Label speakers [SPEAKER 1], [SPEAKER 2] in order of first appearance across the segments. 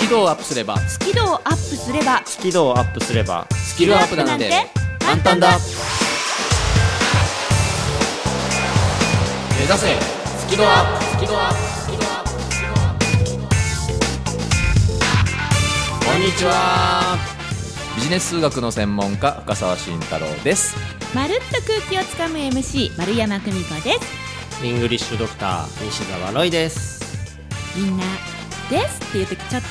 [SPEAKER 1] キ度をアップすれば
[SPEAKER 2] スキルをアップすれば
[SPEAKER 3] スキルをアップすれば
[SPEAKER 1] スキルアップなんて簡単だ目指せスキルアップスキルアップスキルアップスキルアップこんにちはビジネス数学の専門家深澤慎太郎です
[SPEAKER 2] まるっと空気をつかむ MC 丸山久美子です
[SPEAKER 3] イングリッシュドクター西澤ロイです
[SPEAKER 2] みんなですっていう時ちょっと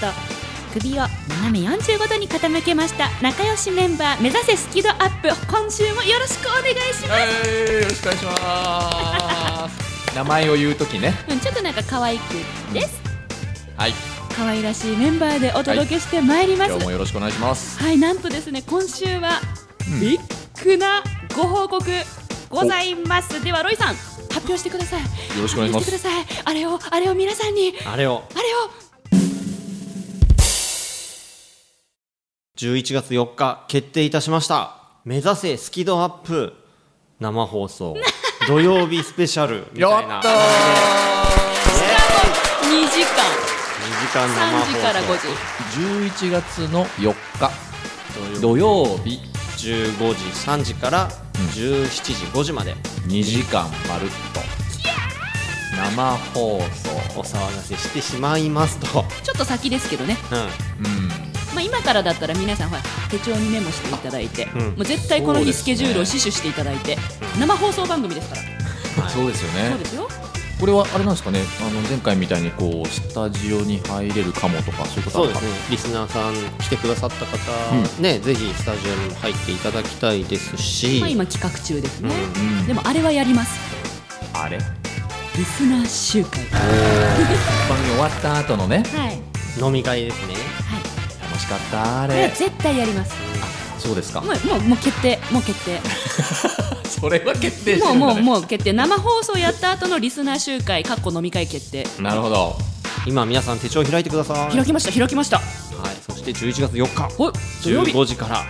[SPEAKER 2] 首を斜め45度に傾けました仲良しメンバー目指せスキルアップ今週もよろしくお願いします、
[SPEAKER 1] はいよろしくお願いします名前を言うときね
[SPEAKER 2] うんちょっとなんか可愛くです
[SPEAKER 1] はい
[SPEAKER 2] 可愛らしいメンバーでお届けしてまいります、
[SPEAKER 1] 今日もよろしくお願いします
[SPEAKER 2] はい、なんとですね、今週はビッグなご報告ございます。ではロイさん、発表してください。よ
[SPEAKER 1] ろしくお願いします
[SPEAKER 2] してください。あれをあれを皆さんに、
[SPEAKER 3] あれを
[SPEAKER 2] あれを
[SPEAKER 3] 11月4日決定いたしました目指せスキドアップ生放 送土曜日スペシャルみ
[SPEAKER 1] や
[SPEAKER 3] た
[SPEAKER 1] っ
[SPEAKER 3] い
[SPEAKER 1] た
[SPEAKER 3] な
[SPEAKER 1] ー
[SPEAKER 3] 感
[SPEAKER 2] 2時間、
[SPEAKER 3] じで2時間生
[SPEAKER 2] 3
[SPEAKER 3] 放送
[SPEAKER 2] 時から5時。
[SPEAKER 1] 11月の4日土曜日
[SPEAKER 3] 15時3時から17時5時まで
[SPEAKER 1] 2時間まるっと生放
[SPEAKER 3] お
[SPEAKER 1] 送
[SPEAKER 3] 騒がせしてしまいますと、
[SPEAKER 2] ちょっと先ですけどね。
[SPEAKER 3] う
[SPEAKER 1] う
[SPEAKER 2] まあ今からだったら皆さんほら手帳にメモしていただいて、
[SPEAKER 3] うん
[SPEAKER 2] もう絶対この
[SPEAKER 1] そうで
[SPEAKER 2] 日
[SPEAKER 1] す
[SPEAKER 2] ス
[SPEAKER 1] ね
[SPEAKER 2] ケジュールを死守していただいて、生放送番組ですから。
[SPEAKER 3] ん
[SPEAKER 1] ん
[SPEAKER 3] はい
[SPEAKER 1] そうですよね
[SPEAKER 2] そうですよ。
[SPEAKER 1] これはあれなんですかねあの前回みたいにこうスタジオに入れるかもとかそういうこと
[SPEAKER 3] そ
[SPEAKER 1] あ
[SPEAKER 3] う
[SPEAKER 1] る
[SPEAKER 3] で
[SPEAKER 1] か
[SPEAKER 3] すねリスナーさん来てくださった方、ねぜひスタジオにも入っていただきたいですし、
[SPEAKER 2] まあ今企画中ですね。
[SPEAKER 1] うん
[SPEAKER 2] でもあれはやります。
[SPEAKER 1] あれ
[SPEAKER 2] リスナー集会。
[SPEAKER 1] 番組終わった後のね
[SPEAKER 2] はい。
[SPEAKER 3] 飲み会です
[SPEAKER 2] は
[SPEAKER 3] ね
[SPEAKER 2] い。
[SPEAKER 1] 楽しかったあ
[SPEAKER 2] これは
[SPEAKER 1] れ
[SPEAKER 2] 絶対やります。
[SPEAKER 1] そうですか
[SPEAKER 2] もうもうもう決定、もう決定。
[SPEAKER 1] それは決定してる
[SPEAKER 2] もうん
[SPEAKER 1] だ
[SPEAKER 2] も
[SPEAKER 1] ね
[SPEAKER 2] うもう決定。生放送やった後のリスナー集会、かっこ飲み会決定。
[SPEAKER 1] なるほど
[SPEAKER 3] 今皆さん手帳開いてください、は
[SPEAKER 2] 開
[SPEAKER 3] い、
[SPEAKER 2] きました開きました。
[SPEAKER 3] そして11月4日
[SPEAKER 2] お土曜日。
[SPEAKER 3] 15時から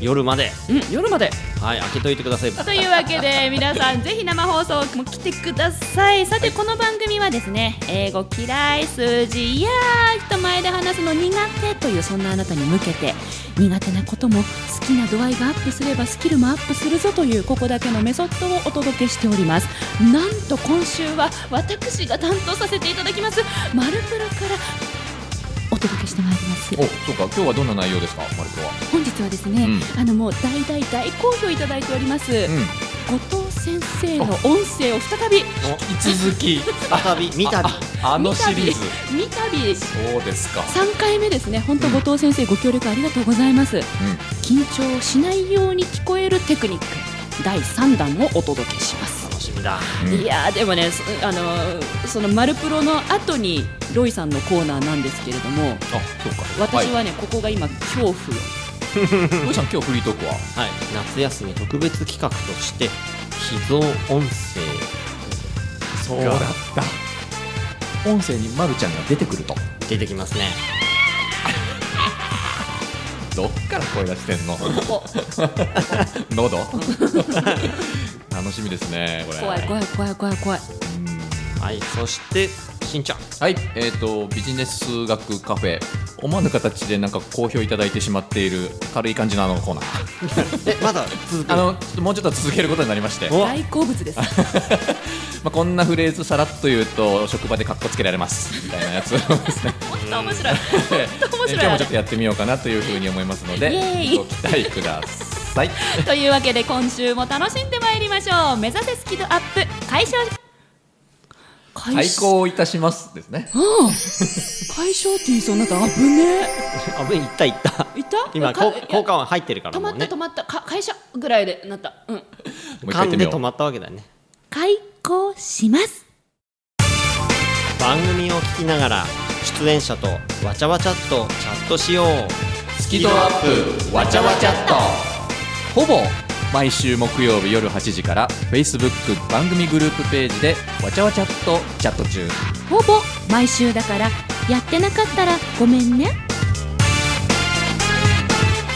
[SPEAKER 3] 夜まで、
[SPEAKER 2] うん夜まで。
[SPEAKER 3] はい、開けといてください。
[SPEAKER 2] というわけで皆さんぜひ生放送も来てくださいさてこの番組はですね英語嫌い数字いやー人前で話すの苦手というそんなあなたに向けて苦手なことも好きな度合いがアップすればスキルもアップするぞというここだけのメソッドをお届けしておりますなんと今週は私が担当させていただきますマルプロからお届けしてまいります
[SPEAKER 1] おそうか今日はどんな内容ですかマルコは
[SPEAKER 2] 本日はですね、
[SPEAKER 1] う
[SPEAKER 2] あのもう大大大好評いただいております、
[SPEAKER 1] う
[SPEAKER 2] 後藤先生の音声を再び
[SPEAKER 1] ん引き続き
[SPEAKER 3] 再び、見たび。
[SPEAKER 1] あのシリーズ
[SPEAKER 2] 見たび見たび
[SPEAKER 1] そうですか
[SPEAKER 2] 3回目ですね本当
[SPEAKER 1] うん
[SPEAKER 2] 後藤先生ご協力ありがとうございます、緊張しないように聞こえるテクニック第3弾をお届けします、
[SPEAKER 3] 楽しみだ。
[SPEAKER 1] うん
[SPEAKER 2] いやーでもねそあのーその「マルプロ」の後にロイさんのコーナーなんですけれども
[SPEAKER 1] あそうか
[SPEAKER 2] 私はね、ここが今恐怖よ
[SPEAKER 1] ロイさん今日フリートークは
[SPEAKER 3] はい、夏休み特別企画として、秘蔵音声。
[SPEAKER 1] そう
[SPEAKER 3] だった
[SPEAKER 1] 音声にまるちゃんが出てくると
[SPEAKER 3] 出てきますね。
[SPEAKER 1] どっから声出してんの
[SPEAKER 2] ここ
[SPEAKER 1] 喉楽しみですねこれ
[SPEAKER 2] 怖い怖い怖い怖い怖い
[SPEAKER 1] うん
[SPEAKER 3] はい、そして、しんちゃん。
[SPEAKER 1] はいえー、とビジネス数学カフェ思わぬ形でなんか好評いただいてしまっている軽い感じのあのコーナー
[SPEAKER 3] え、まだ続く。
[SPEAKER 1] あのちょっともうちょっと続けることになりまして、ま
[SPEAKER 3] お、
[SPEAKER 2] 大好 物です
[SPEAKER 1] あ、こんなフレーズさらっと言うと職場でかっこつけられますみたいなやつをですね
[SPEAKER 2] 本当面白い。本当面
[SPEAKER 1] えー
[SPEAKER 2] 白い
[SPEAKER 1] 今日
[SPEAKER 2] あ
[SPEAKER 1] も
[SPEAKER 2] れ
[SPEAKER 1] ちょっとやってみようかなというふうに思いますので
[SPEAKER 2] イエーイ
[SPEAKER 1] ご期待ください
[SPEAKER 2] というわけで今週も楽しんでまいりましょう。目指せスキルアップ解消。解
[SPEAKER 1] 開講いたしますですね
[SPEAKER 2] うん。解消って言いそうになった。危ね
[SPEAKER 3] あ、ぶいったいった。
[SPEAKER 2] え。いた？
[SPEAKER 3] 今、
[SPEAKER 2] か
[SPEAKER 3] こ
[SPEAKER 2] いや
[SPEAKER 3] 効果音入ってるから
[SPEAKER 2] 止ま
[SPEAKER 3] も
[SPEAKER 2] っ
[SPEAKER 3] う
[SPEAKER 2] た
[SPEAKER 3] ね
[SPEAKER 2] 止。まった。か会社ぐらいでなった。うん。
[SPEAKER 1] もう一
[SPEAKER 3] 噛
[SPEAKER 1] 回やって
[SPEAKER 3] ん
[SPEAKER 1] み
[SPEAKER 3] で
[SPEAKER 1] よ
[SPEAKER 3] 止
[SPEAKER 1] う
[SPEAKER 3] まったわけだね。
[SPEAKER 2] 開講します。
[SPEAKER 3] 番組を聞きながら、出演者とわちゃわちゃっとチャットしよう。
[SPEAKER 1] スキドアップわちゃわちゃっとほぼ毎週木曜日夜8時から Facebook 番組グループページでわちゃわちゃっとチャット中
[SPEAKER 2] ほぼ毎週だからやってなかったらごめんね。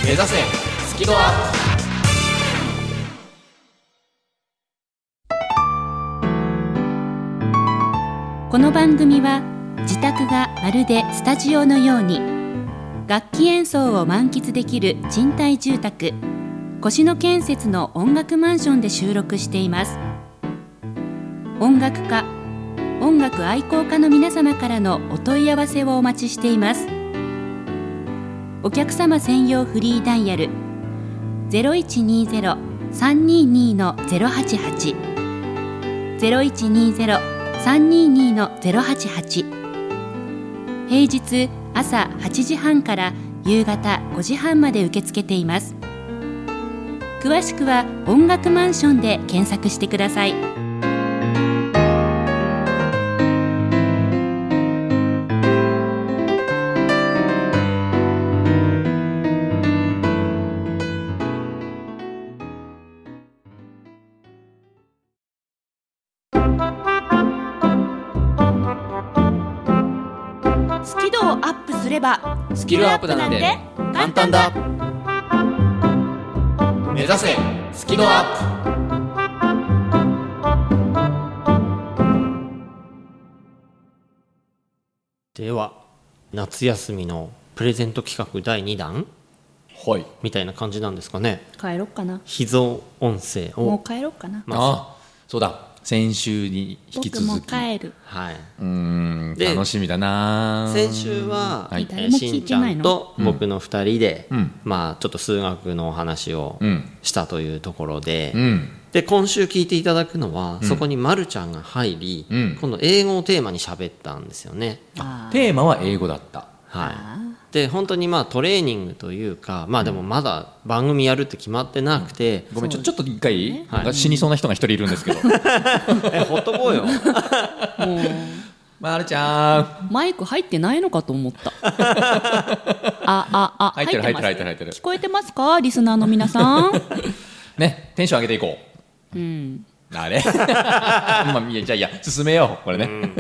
[SPEAKER 1] 目指せスキドアップ
[SPEAKER 2] この番組は自宅がまるでスタジオのように楽器演奏を満喫できる賃貸住宅越野建設の音楽マンションで収録しています音楽家音楽愛好家の皆様からのお問い合わせをお待ちしていますお客様専用フリーダイヤル0120-322-088 0120-322-088平日朝8時半から夕方5時半まで受け付けています詳しくは音楽マンションで検索してくださいスキルをアップすればス
[SPEAKER 1] キルアップなんて簡単だ目指せスキドアッ
[SPEAKER 3] では夏休みのプレゼント企画第2弾
[SPEAKER 1] プはい
[SPEAKER 3] みたいな感じなんですかね
[SPEAKER 2] 帰ろっかな
[SPEAKER 3] 秘蔵音声
[SPEAKER 2] も
[SPEAKER 3] を
[SPEAKER 2] う帰ろっかな
[SPEAKER 3] ま
[SPEAKER 1] ああそうだ先週に引き
[SPEAKER 2] 僕
[SPEAKER 1] 続
[SPEAKER 2] も
[SPEAKER 1] き
[SPEAKER 2] 帰る
[SPEAKER 3] はいう
[SPEAKER 1] ーん
[SPEAKER 3] で
[SPEAKER 1] 楽しみだな
[SPEAKER 3] 先週は、
[SPEAKER 1] はい
[SPEAKER 3] え
[SPEAKER 2] 誰
[SPEAKER 3] ー
[SPEAKER 2] も
[SPEAKER 3] し
[SPEAKER 2] 聞い
[SPEAKER 3] んち
[SPEAKER 2] て
[SPEAKER 3] ゃ
[SPEAKER 2] ない
[SPEAKER 3] ん
[SPEAKER 2] の
[SPEAKER 3] と僕の2人で、
[SPEAKER 1] うん
[SPEAKER 3] まあ、ちょっと数学のお話を
[SPEAKER 1] うん
[SPEAKER 3] したというところで、
[SPEAKER 1] うん
[SPEAKER 3] で今週聞いていただくのは、そこにまるちゃんが入り、
[SPEAKER 1] うん
[SPEAKER 3] 今度英語をテーマに喋ったんですよね。
[SPEAKER 2] あ
[SPEAKER 1] テーマは英語だった
[SPEAKER 3] はい、で本当にまあトレーニングというか、まあ、でもまだ番組やるって決まってなくて、
[SPEAKER 1] ごめんちょちょっと一回、
[SPEAKER 3] はい
[SPEAKER 1] なんか死にそうな人が一人いるんです けど
[SPEAKER 3] えほっとこうよ
[SPEAKER 2] ーもう
[SPEAKER 1] まるちゃん
[SPEAKER 2] マイク入ってないのかと思った あああ
[SPEAKER 1] 入ってる入ってる
[SPEAKER 2] ま
[SPEAKER 1] 入
[SPEAKER 2] す
[SPEAKER 1] ってる入ってる
[SPEAKER 2] 聞こえてますかリスナーの皆さん
[SPEAKER 1] ねテンション上げていこ
[SPEAKER 2] うん
[SPEAKER 1] うあ れまあいやじゃあいや進めようこれね、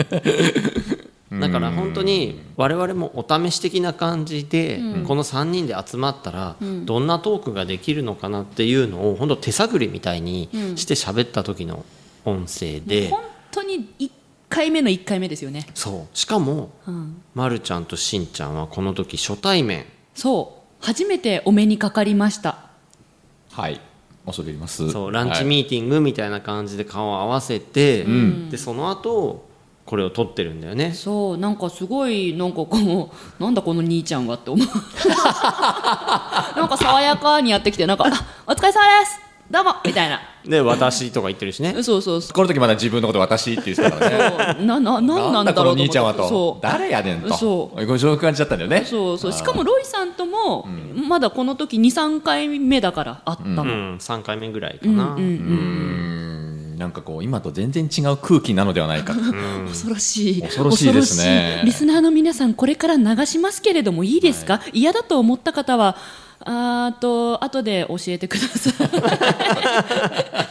[SPEAKER 3] だから本当に我々もお試し的な感じで、この3人で集まったら、どんなトークができるのかなっていうのを本当手探りみたいにして喋った時の音声で、
[SPEAKER 2] 本当に1回目の1回目ですよね、
[SPEAKER 3] そうしかも、
[SPEAKER 2] うん、
[SPEAKER 3] ま、るちゃんとしんちゃんはこの時初対面
[SPEAKER 2] そう初めてお目にかかりました
[SPEAKER 1] はい恐れ入ります
[SPEAKER 3] そうランチ
[SPEAKER 1] はい
[SPEAKER 3] ミーティングみたいな感じで顔を合わせて、でその後これを撮ってるんだよね。
[SPEAKER 2] そうなんかすごいなんかこうなんだこの兄ちゃんはって思う なんか爽やかにやってきてなんかあ「お疲れ様ですどうも」みたいな
[SPEAKER 3] で私とか言ってるしね
[SPEAKER 2] そうそうそう
[SPEAKER 1] この時まだ自分のこと私って言ってたからね
[SPEAKER 2] なななんなんだ
[SPEAKER 1] この
[SPEAKER 2] ろうと思
[SPEAKER 1] 兄
[SPEAKER 2] って
[SPEAKER 1] ちゃんはと
[SPEAKER 2] そう
[SPEAKER 1] 誰やねんと
[SPEAKER 2] そ
[SPEAKER 1] ご紹介感じだったんだよね
[SPEAKER 2] そうそうしかもロイさんともまだこの時23回目だからあったの、
[SPEAKER 3] うん、3回目ぐらいかな、
[SPEAKER 2] うんうん
[SPEAKER 1] なんかこう今と全然違う空気なのではないかと
[SPEAKER 2] 恐ろしい
[SPEAKER 1] 恐ろしいですね
[SPEAKER 2] 恐ろしいリスナーの皆さんこれから流しますけれどもいいですか、嫌だと思った方はあーと後で教えてく ださいチ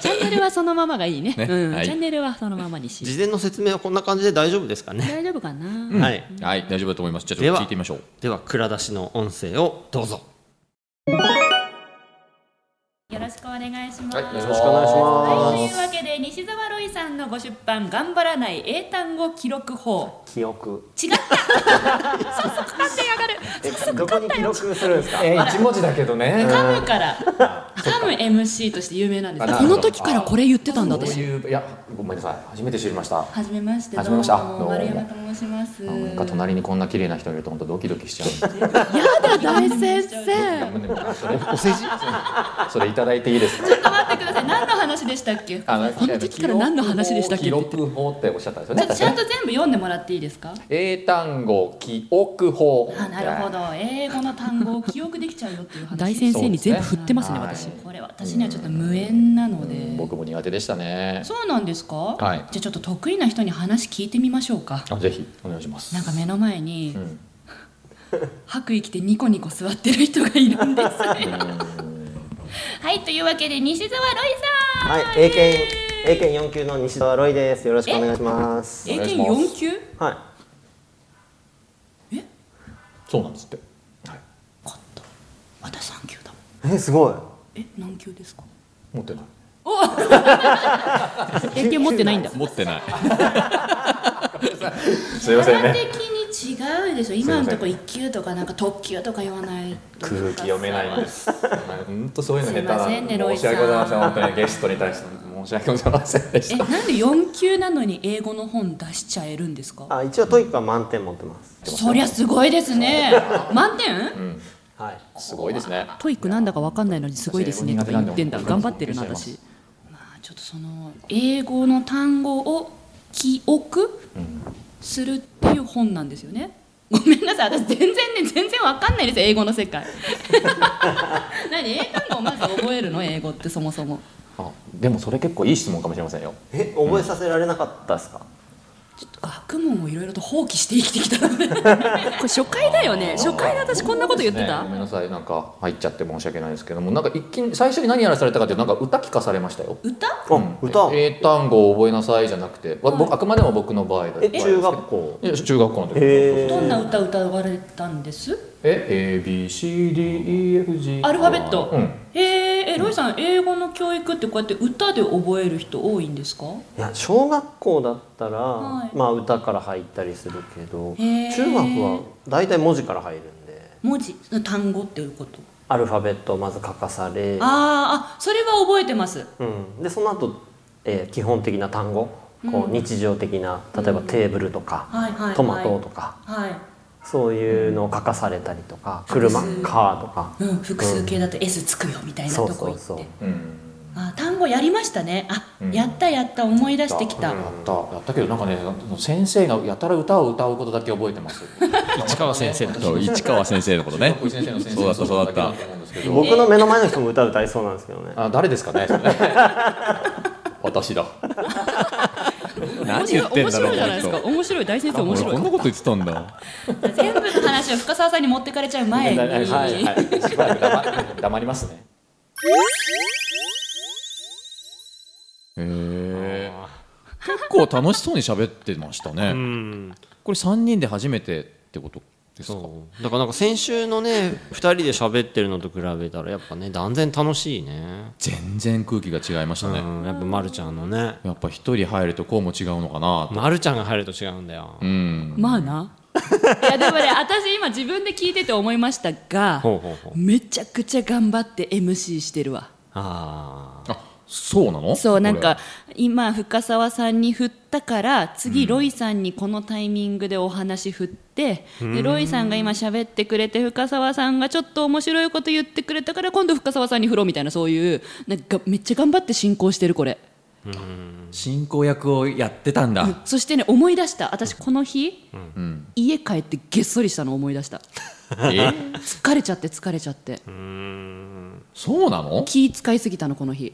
[SPEAKER 2] ャンネルはそのままがいいね
[SPEAKER 1] ね
[SPEAKER 2] うん
[SPEAKER 1] はい
[SPEAKER 2] チャンネルはそのままにし
[SPEAKER 3] 事前の説明はこんな感じで大丈夫ですかね、
[SPEAKER 2] 大丈夫かな、
[SPEAKER 3] はい
[SPEAKER 1] はい大丈夫だと思いますじゃあち
[SPEAKER 3] で
[SPEAKER 1] ょっ
[SPEAKER 3] は
[SPEAKER 1] と聞いてみましょう
[SPEAKER 3] では蔵出しの音声をどうぞ
[SPEAKER 2] よろしくお願いします、
[SPEAKER 1] はいよろしくお願いし
[SPEAKER 3] よろしくお願いし
[SPEAKER 2] は
[SPEAKER 3] ま
[SPEAKER 2] い、というわけで西澤ロイさんのご出版「頑張らない英単語記録法
[SPEAKER 4] 記録」
[SPEAKER 2] 違った そうそう勘定上がる
[SPEAKER 4] どこに記録するんですか
[SPEAKER 5] えー、一文字だけどね。
[SPEAKER 2] 噛むから噛む MC として有名なんです
[SPEAKER 5] あな
[SPEAKER 2] こ
[SPEAKER 5] るほど
[SPEAKER 2] の時からこれ言ってたんだ
[SPEAKER 5] どう
[SPEAKER 2] 私
[SPEAKER 5] いういやごめんなさい初めて知りました。
[SPEAKER 2] はじめまして
[SPEAKER 5] はじめまして
[SPEAKER 2] どうも
[SPEAKER 5] あどうも
[SPEAKER 2] 丸山と申します
[SPEAKER 5] なんか隣にこんな綺麗な人いると本当ドキドキしちゃう。
[SPEAKER 2] やだ大先生ちょっ
[SPEAKER 5] それお世辞それいただいていいですか。
[SPEAKER 2] と待ってください何の話でしたっけこ
[SPEAKER 5] あ
[SPEAKER 2] の時から何の話でしたっけ
[SPEAKER 5] 記
[SPEAKER 2] ちょっ
[SPEAKER 5] 録法っておっしゃったんですよね。
[SPEAKER 2] と
[SPEAKER 5] 確
[SPEAKER 2] ちゃ
[SPEAKER 5] か
[SPEAKER 2] ん
[SPEAKER 5] に
[SPEAKER 2] と全部読んでもらっていいですか
[SPEAKER 5] 英単語記憶法。
[SPEAKER 2] あなるほど英語の単語を記憶できちゃうよっていう話
[SPEAKER 6] 大先生に全部振ってますね
[SPEAKER 5] そうで
[SPEAKER 6] 私
[SPEAKER 5] すね
[SPEAKER 2] これ私にはちょっと無縁なので
[SPEAKER 5] 僕も苦手でしたね。
[SPEAKER 2] そうなんですか、
[SPEAKER 5] はい
[SPEAKER 2] じゃあちょっと得意な人に話聞いてみましょうか
[SPEAKER 5] あぜひお願いします。
[SPEAKER 2] なんか目の前に、
[SPEAKER 5] うん
[SPEAKER 2] 白衣着てニコニコ座ってる人がいるん ですはいというわけで西澤ロイさん
[SPEAKER 4] はい英検英検4級の西澤ロイですよろしくお願いします
[SPEAKER 2] 英
[SPEAKER 5] お願いし
[SPEAKER 2] 検
[SPEAKER 5] ます
[SPEAKER 2] 4級
[SPEAKER 4] は
[SPEAKER 5] そうなんですって。
[SPEAKER 2] 勝った私3級だもん
[SPEAKER 4] いえすごい
[SPEAKER 2] え何級ですか
[SPEAKER 5] 持ってない。
[SPEAKER 2] 英検持ってないんだ
[SPEAKER 1] 持ってない
[SPEAKER 5] すいません
[SPEAKER 2] 空
[SPEAKER 5] ね
[SPEAKER 2] 手。期に違うでしょ今のとこ一級とかなんか特級とか言わない
[SPEAKER 5] 空気読めないんです本当そういうの下手
[SPEAKER 2] すいませ
[SPEAKER 5] なんん
[SPEAKER 2] ね
[SPEAKER 5] で
[SPEAKER 2] ロイ
[SPEAKER 5] 申
[SPEAKER 2] さ
[SPEAKER 5] し
[SPEAKER 2] ん
[SPEAKER 5] 訳ございません本当にゲストに対して申し訳ございませんで
[SPEAKER 2] え
[SPEAKER 5] し
[SPEAKER 2] な
[SPEAKER 5] た
[SPEAKER 2] んで4級なのに英語の本出しちゃえるんですか
[SPEAKER 4] あ一応トイックは満点持ってます
[SPEAKER 2] そりゃすごいですね満点、
[SPEAKER 4] はい
[SPEAKER 5] すごいですね
[SPEAKER 2] トイックなんだかわかんないのにすごいですねとか言ってんだ頑張ってるな私まあちょっとその英語の単語を記憶するっていう本なんですよね ごめんなさい私全然ね全然わかんないですよ英語の世 界何英単語をまず覚えるの英語ってそもそも
[SPEAKER 5] あでもそれ結構いい質問かもしれませんよ
[SPEAKER 4] え覚えさせられなかったですか、
[SPEAKER 2] ちょっと学問をいろいろと放棄して生きてきたので これ初回だよね初回で私こんなこと言ってた、
[SPEAKER 5] ねごめんなさいなんか入っちゃって申し訳ないですけどもなんか一気に最初に何やらされたかっていうとなんか歌聞かされましたよ
[SPEAKER 2] 歌
[SPEAKER 4] あ歌え
[SPEAKER 5] 英単語を覚えなさいじゃなくて、わ僕あくまでも僕の場合だ
[SPEAKER 4] 中学校
[SPEAKER 5] いや中学校の時
[SPEAKER 4] へ
[SPEAKER 2] どんな
[SPEAKER 4] え
[SPEAKER 2] 歌歌われたんです
[SPEAKER 5] え ABCDEFG
[SPEAKER 2] アルファベット、
[SPEAKER 5] うん
[SPEAKER 2] へーえロイさん、英語の教育ってこうやって歌で覚える人多いんですか
[SPEAKER 4] いや小学校だったら、
[SPEAKER 2] はい
[SPEAKER 4] まあ歌から入ったりするけど
[SPEAKER 2] へ
[SPEAKER 4] 中
[SPEAKER 2] ー
[SPEAKER 4] 学は大体文字から入るんで
[SPEAKER 2] 文字単語っていうこと
[SPEAKER 4] アルファベットをまず書かされ、
[SPEAKER 2] あーあそれは覚えてます
[SPEAKER 4] うん、でその後、えー基本的な単語こう日常的な例えばテーブルとか、
[SPEAKER 2] はいはいはい
[SPEAKER 4] トマトとか
[SPEAKER 2] はい、
[SPEAKER 4] そういうのを書かされたりとか車
[SPEAKER 2] 複数
[SPEAKER 4] カーとか
[SPEAKER 2] うん、複数形だと S つくよみたいなと
[SPEAKER 4] そう
[SPEAKER 2] こ
[SPEAKER 4] そ
[SPEAKER 2] 行っ
[SPEAKER 4] う
[SPEAKER 2] て
[SPEAKER 4] そう
[SPEAKER 5] うん
[SPEAKER 2] あー単語やりましたねあ、
[SPEAKER 5] うん
[SPEAKER 2] やったやった思い出してきた、
[SPEAKER 5] やったやったけどなんかね先生がやたら歌を歌うことだけ覚えてます 市川先生
[SPEAKER 1] そう市川先生のことね
[SPEAKER 5] 先生の先生
[SPEAKER 1] そうだったそうだった
[SPEAKER 4] 僕の目の前の人も歌歌いそうなんですけどね
[SPEAKER 5] あ誰ですかね
[SPEAKER 1] 私だ
[SPEAKER 2] 面
[SPEAKER 1] 何
[SPEAKER 2] 白い
[SPEAKER 1] 言ってんだろう
[SPEAKER 2] 面白いじゃないですか面白い大先生
[SPEAKER 1] この
[SPEAKER 2] 面
[SPEAKER 1] 人
[SPEAKER 2] 白
[SPEAKER 1] 俺こんないこと言ってたんだ
[SPEAKER 2] 全部の話を深澤さんに持ってかれちゃう前に、
[SPEAKER 5] はいはいしばらく黙黙りますね
[SPEAKER 1] へえ結構楽しそうに喋ってましたね、
[SPEAKER 3] うん
[SPEAKER 1] これ三人で初めてってことですか
[SPEAKER 3] そうだからなんか先週のね2人で喋ってるのと比べたらやっぱね断然楽しいね
[SPEAKER 1] 全然空気が違いました
[SPEAKER 3] う
[SPEAKER 1] ね、
[SPEAKER 3] んやっぱまるちゃんのね
[SPEAKER 1] やっぱ一人入るとこうも違うのかなと
[SPEAKER 3] まるちゃんが入ると違うんだよ
[SPEAKER 1] うん
[SPEAKER 2] まあないやでもね私今自分で聞いてて思いましたが
[SPEAKER 3] ほうほうほう
[SPEAKER 2] めちゃくちゃ頑張って MC してるわ
[SPEAKER 3] ああ
[SPEAKER 1] あそうなの
[SPEAKER 2] そうなんか今深澤さんに振ったから次ロイさんにこのタイミングでお話振って、でロイさんが今喋ってくれて深澤さんがちょっと面白いこと言ってくれたから今度深澤さんに振ろうみたいなそういうなんかめっちゃ頑張って進行してるこれ。
[SPEAKER 1] 進行役をやってたんだ、
[SPEAKER 2] そしてね思い出した私この日、家帰ってげっそりしたの思い 出した
[SPEAKER 1] え
[SPEAKER 2] 疲れちゃって疲れちゃって
[SPEAKER 1] そうなの
[SPEAKER 2] 気使いすぎたのこの日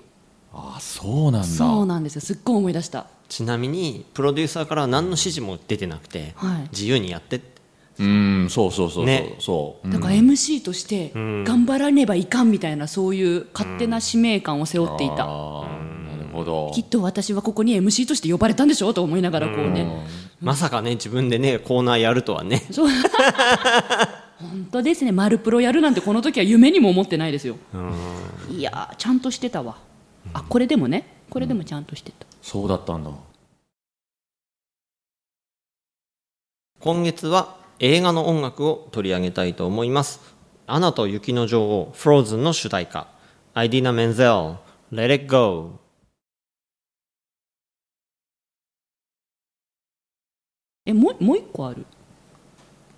[SPEAKER 1] あそうなんだ
[SPEAKER 2] そうなんですよすっごい思い出した
[SPEAKER 3] ちなみにプロデューサーからは何の指示も出てなくて、
[SPEAKER 2] はい
[SPEAKER 3] 自由にやってって
[SPEAKER 1] うんそうそうそうそう、
[SPEAKER 3] ね
[SPEAKER 1] そう
[SPEAKER 2] だから MC として頑張らねばいかんみたいなそういう勝手な使命感を背負っていた
[SPEAKER 1] あーなるほど
[SPEAKER 2] きっと私はここに MC として呼ばれたんでしょうと思いながらこうね
[SPEAKER 3] まさかね自分でねコーナーやるとはね、
[SPEAKER 2] そう本当ですね「マルプロ」やるなんてこの時は夢にも思ってないですよいやーちゃんとしてたわあこれでもねこれでもちゃんとしてた
[SPEAKER 1] そうだったんだ
[SPEAKER 3] 今月は映画の音楽を取り上げたいと思います「アナと雪の女王」「フローズン」の主題歌「アイディナ・メンゼル」「Let It Go」
[SPEAKER 2] えもうもう一個ある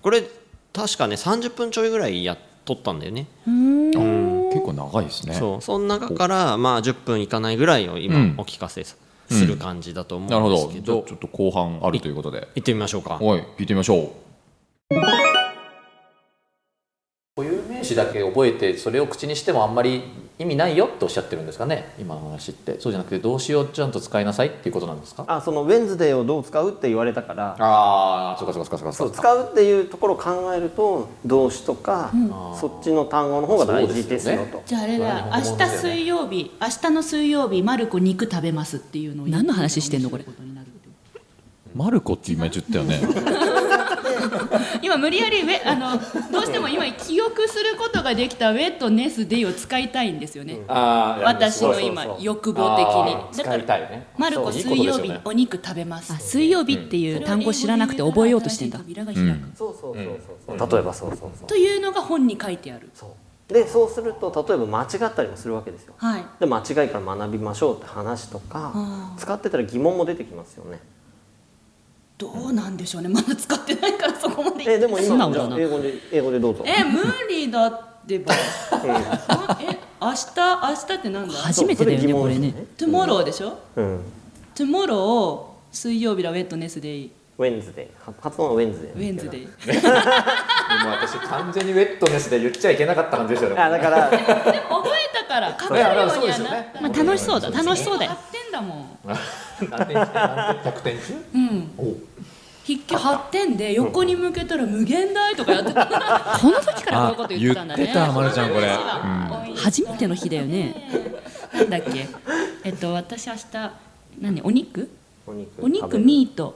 [SPEAKER 3] これ確かね30分ちょいぐらいやっとったんだよね
[SPEAKER 1] 結構長いですね
[SPEAKER 3] そうその中からまあ10分いかないぐらいを今
[SPEAKER 1] うん
[SPEAKER 3] お聞かせする感じだと思
[SPEAKER 1] なるほ
[SPEAKER 3] うん
[SPEAKER 1] ど
[SPEAKER 3] です
[SPEAKER 1] じゃ
[SPEAKER 3] け
[SPEAKER 1] あち
[SPEAKER 3] ど,、
[SPEAKER 1] ょっと後半あるということで
[SPEAKER 3] 行ってみましょうか
[SPEAKER 1] おい聞いてみましょう
[SPEAKER 5] 固有名詞だけ覚えてそれを口にしてもあんまり意味ないよっておっしゃってるんですかね今の話ってそうじゃなくて動詞をちゃんと使いなさいっていうことなんですか
[SPEAKER 4] あそのウェンズデーをどう使うって言われたから
[SPEAKER 5] ああそうかそうかそうか
[SPEAKER 4] そ
[SPEAKER 5] そう
[SPEAKER 4] う
[SPEAKER 5] か
[SPEAKER 4] 使うっていうところを考えると動詞とか、そっちの単語の方が大事ですよ
[SPEAKER 5] そう
[SPEAKER 4] と
[SPEAKER 2] じゃああれだ
[SPEAKER 5] これ
[SPEAKER 2] 明
[SPEAKER 5] 本物
[SPEAKER 2] 日
[SPEAKER 5] ですよね
[SPEAKER 2] 水曜日明日の水曜日マルコ肉食べますっていうのを何の話してんのこれ
[SPEAKER 1] マルコって今言ったよね
[SPEAKER 2] 今今無理やりウェあのどうしても今記憶することができたウェットネスデイを使いたいんですよね、
[SPEAKER 1] あー
[SPEAKER 2] 私の
[SPEAKER 1] そう
[SPEAKER 2] 今
[SPEAKER 1] そうそう
[SPEAKER 2] 欲望
[SPEAKER 1] あー
[SPEAKER 2] 的にだ
[SPEAKER 1] 使
[SPEAKER 2] か
[SPEAKER 1] いた
[SPEAKER 2] ら
[SPEAKER 1] いね
[SPEAKER 2] マルコ
[SPEAKER 1] そういい
[SPEAKER 2] 水
[SPEAKER 1] ことですよ
[SPEAKER 2] 曜日
[SPEAKER 1] ね
[SPEAKER 2] お肉食べます
[SPEAKER 6] あ水曜日っていう単語知らなくて覚えようとしてんだ
[SPEAKER 2] 扉が開
[SPEAKER 7] う
[SPEAKER 2] く
[SPEAKER 7] ん
[SPEAKER 3] そうそうそうそう、例えばそうそうそう
[SPEAKER 2] というのが本に書いてある
[SPEAKER 3] そうでそうすると例えば間違ったりもするわけですよ
[SPEAKER 2] はい
[SPEAKER 3] で間違いから学びましょうって話とか
[SPEAKER 2] あー
[SPEAKER 3] 使ってたら疑問も出てきますよね
[SPEAKER 2] どうなんでしょうねまだ使ってないからそこまで
[SPEAKER 3] えでも
[SPEAKER 6] 素
[SPEAKER 3] 今
[SPEAKER 6] 直
[SPEAKER 3] じゃ
[SPEAKER 6] だな
[SPEAKER 3] あ英語で英語でどうぞ
[SPEAKER 2] え無理だってば あえ明日明日ってなんだ
[SPEAKER 6] 初
[SPEAKER 3] そう
[SPEAKER 6] めてだよ
[SPEAKER 3] そ
[SPEAKER 6] ね
[SPEAKER 3] 疑
[SPEAKER 6] こ
[SPEAKER 3] 問
[SPEAKER 6] れ
[SPEAKER 3] で
[SPEAKER 6] ね
[SPEAKER 3] す
[SPEAKER 2] トゥモローでしょ
[SPEAKER 3] うん
[SPEAKER 2] トゥモロー水曜日だウェットネスデイ
[SPEAKER 3] ウェンズデーは発音はウェンズデー
[SPEAKER 2] ウェンズデイ
[SPEAKER 1] でも私完全にウェットネスで言っちゃいけなかった感じですよね
[SPEAKER 3] あだから
[SPEAKER 2] でも覚えたから書け
[SPEAKER 1] い
[SPEAKER 2] る
[SPEAKER 1] やあ
[SPEAKER 2] よ
[SPEAKER 1] そううで
[SPEAKER 2] には
[SPEAKER 1] すよ
[SPEAKER 2] なっ
[SPEAKER 1] ね
[SPEAKER 2] た
[SPEAKER 6] まあ楽しそうだ楽しそうだ
[SPEAKER 2] や
[SPEAKER 6] よ
[SPEAKER 2] ってんだもん
[SPEAKER 1] 何点何点100点中
[SPEAKER 2] うん
[SPEAKER 1] おう
[SPEAKER 2] 筆記発展で横に向けたら無限大とかやってた
[SPEAKER 6] この時
[SPEAKER 2] こう
[SPEAKER 6] か
[SPEAKER 2] い
[SPEAKER 6] ら
[SPEAKER 2] うこと言ってたんだね
[SPEAKER 7] あ言ってたまるちゃんこれ
[SPEAKER 6] 初めての日だよね
[SPEAKER 2] なんだっけえっと私明日何お肉
[SPEAKER 3] お肉
[SPEAKER 2] お肉ミート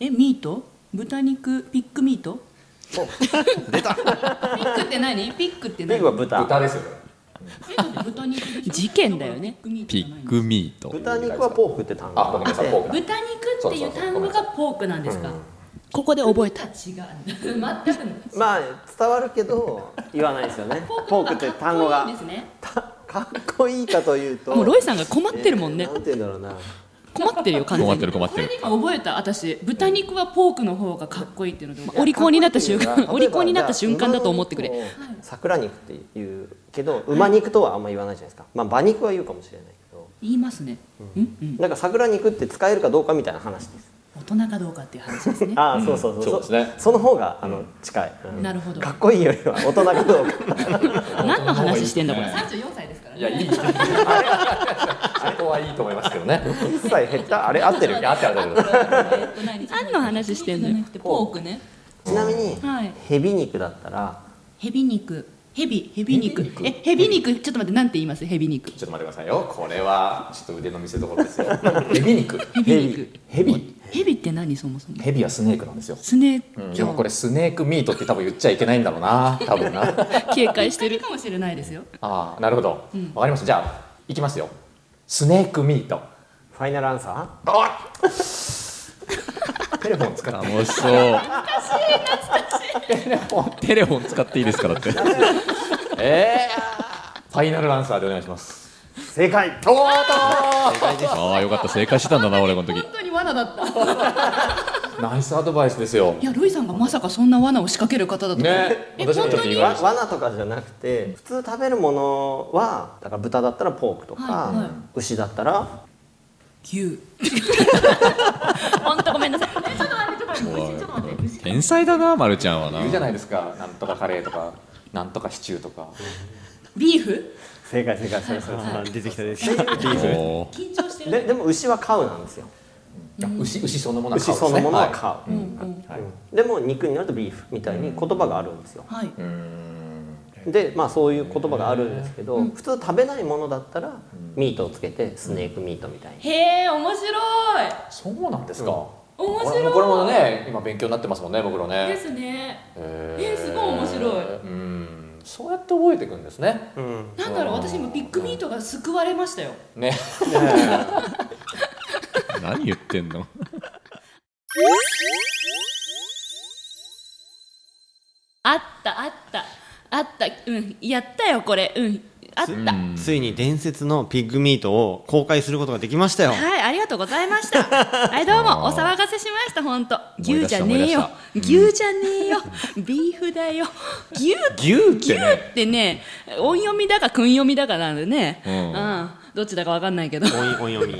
[SPEAKER 2] えミート豚肉ピックミート出たピックって何ピックって
[SPEAKER 3] ビ
[SPEAKER 2] 何
[SPEAKER 3] ーグは豚
[SPEAKER 1] 豚ですよね
[SPEAKER 2] ピックって豚肉でしょ
[SPEAKER 6] 事件だよね
[SPEAKER 2] ピッ
[SPEAKER 7] ピ
[SPEAKER 2] クミートじゃない
[SPEAKER 7] ッ
[SPEAKER 2] の
[SPEAKER 7] クミート
[SPEAKER 3] 豚肉はポークって単語
[SPEAKER 1] あごめんなさいポークだ
[SPEAKER 2] 豚肉っていう単語がポークなんですか
[SPEAKER 6] ここで覚えた
[SPEAKER 2] 違う 全く
[SPEAKER 3] まあ伝わるけど言わないですよ ねポークって単語が
[SPEAKER 2] ですね
[SPEAKER 3] たかっこいいかというと
[SPEAKER 6] もうロイさんが困ってるもん
[SPEAKER 3] え
[SPEAKER 6] ね
[SPEAKER 3] ーなんて言うんだろうな
[SPEAKER 6] 困ってるよ完
[SPEAKER 7] 困
[SPEAKER 6] 全
[SPEAKER 7] ってる
[SPEAKER 6] に
[SPEAKER 7] 困っ
[SPEAKER 2] こ
[SPEAKER 7] て
[SPEAKER 2] れ
[SPEAKER 7] る
[SPEAKER 2] で今覚えた私豚肉はポークの方がかっこいいっていうので覚え
[SPEAKER 6] お利口になった瞬
[SPEAKER 3] かっこいい
[SPEAKER 6] 間
[SPEAKER 3] な
[SPEAKER 6] お利口になった瞬間だと思ってく
[SPEAKER 3] 例
[SPEAKER 6] れ
[SPEAKER 3] えばじゃあ馬肉を桜肉っていうけど馬肉とはあんま言わないじゃないですかまあ馬肉は言うかもしれないけど
[SPEAKER 2] 言いますねうんうん
[SPEAKER 3] なんか桜肉って使えるかどうかみたいな話です
[SPEAKER 2] 大人かどうかっていう 話ですね
[SPEAKER 3] ああそうそうそう
[SPEAKER 1] そうですね
[SPEAKER 3] その方があの近いうん
[SPEAKER 2] なるほど
[SPEAKER 3] かっこいいよりは大人かどうか
[SPEAKER 6] 何の話してんだこれ
[SPEAKER 2] 三十四歳ですから
[SPEAKER 1] いや
[SPEAKER 2] ね
[SPEAKER 1] い いあれはいいと思いますけどね
[SPEAKER 3] 一切減ったあれ合ってる
[SPEAKER 1] いやあってあってあって
[SPEAKER 6] 何の話してんのよ
[SPEAKER 2] じゃなくてポークね
[SPEAKER 3] ちなみに
[SPEAKER 2] はい
[SPEAKER 3] ヘビ肉だったら
[SPEAKER 2] ヘビ肉ヘビヘビ肉えヘビ肉ちょっと待ってなんて言いますヘビ肉
[SPEAKER 1] ちょっと待ってくださいよこれはちょっと腕の見せ所ですよ ヘビ肉
[SPEAKER 2] ヘビ肉
[SPEAKER 1] ヘビ
[SPEAKER 2] ヘビって何そもそも
[SPEAKER 1] ヘビはスネークなんですよ
[SPEAKER 2] スネ
[SPEAKER 1] う
[SPEAKER 2] ー
[SPEAKER 1] ん
[SPEAKER 2] ク
[SPEAKER 1] でもこれスネークミートって多分言っちゃいけないんだろうな多分な
[SPEAKER 6] 警戒してる
[SPEAKER 2] かもしれないですよ
[SPEAKER 1] ああなるほどわ、かりましたじゃあいきますよスネークミート
[SPEAKER 3] ファイナルアンサ
[SPEAKER 1] あっテレフォン使って
[SPEAKER 7] 楽しそうテレフォン使っていいですからって
[SPEAKER 1] えー、ファイナルアンサーでお願いします
[SPEAKER 3] ー正解
[SPEAKER 1] おーっ
[SPEAKER 7] ああよかった正解してたんだな俺この時
[SPEAKER 2] 本当に罠だった
[SPEAKER 1] とナイスアドバイスですよ
[SPEAKER 2] いやロイさんがまさかそんな罠を仕掛ける方だとは
[SPEAKER 1] ね
[SPEAKER 2] え
[SPEAKER 1] 私もちょっと意外
[SPEAKER 3] わ
[SPEAKER 1] でした
[SPEAKER 3] 罠とかじゃなくて普通食べるものはだから豚だったらポークとか、
[SPEAKER 2] はいはい
[SPEAKER 3] 牛だったら
[SPEAKER 2] 牛
[SPEAKER 6] 本当ごめんなさい
[SPEAKER 7] 天才だなまるちゃんはな
[SPEAKER 1] 言うじゃないですかなんとかカレーとかなんとかシチューとか
[SPEAKER 2] ビーフ
[SPEAKER 3] 正解正解それそれそれ出てきた出てき
[SPEAKER 7] おー
[SPEAKER 2] 緊張して
[SPEAKER 3] たででも牛はカウなんですよ
[SPEAKER 1] 牛牛そのものは
[SPEAKER 3] 牛
[SPEAKER 1] 買う
[SPEAKER 3] そのものは
[SPEAKER 1] ですね
[SPEAKER 3] カウ、
[SPEAKER 1] はいはい
[SPEAKER 3] でも肉になるとビーフみたいに言葉があるんですよ
[SPEAKER 2] はい、
[SPEAKER 3] でまあそういう言葉があるんですけど、普通食べないものだったらミートをつけてスネークミートみたいに、
[SPEAKER 2] へえ面白い
[SPEAKER 1] そうなんですか、
[SPEAKER 2] 面
[SPEAKER 1] これ
[SPEAKER 2] 白
[SPEAKER 1] も
[SPEAKER 2] い
[SPEAKER 1] これもね今勉強になってますもんね僕ら
[SPEAKER 2] で
[SPEAKER 1] ね
[SPEAKER 2] すね
[SPEAKER 1] え
[SPEAKER 2] えーすごい面白い
[SPEAKER 1] うんそうやって覚えていくんですね
[SPEAKER 3] うん
[SPEAKER 2] なんだろう私今ビッグミートが救われましたよ
[SPEAKER 1] ね
[SPEAKER 7] 何言ってんの
[SPEAKER 2] あったあったあったうんやったよこれうんあった、
[SPEAKER 7] うん
[SPEAKER 8] ついに伝説のピッグミートを公開することができましたよ
[SPEAKER 2] はいありがとうございま したはいどうもお
[SPEAKER 7] あー
[SPEAKER 2] 騒がせしました本当
[SPEAKER 7] 思い
[SPEAKER 2] 牛
[SPEAKER 7] 出し
[SPEAKER 2] じ
[SPEAKER 7] た
[SPEAKER 2] ゃねえよ
[SPEAKER 7] 思
[SPEAKER 2] 牛じゃねえよビーフだよ牛
[SPEAKER 7] 牛ってね
[SPEAKER 2] ってね音読みだか訓読みだかなんでね
[SPEAKER 7] う
[SPEAKER 2] うんん、どっちだかわかんないけど
[SPEAKER 8] おいおいおい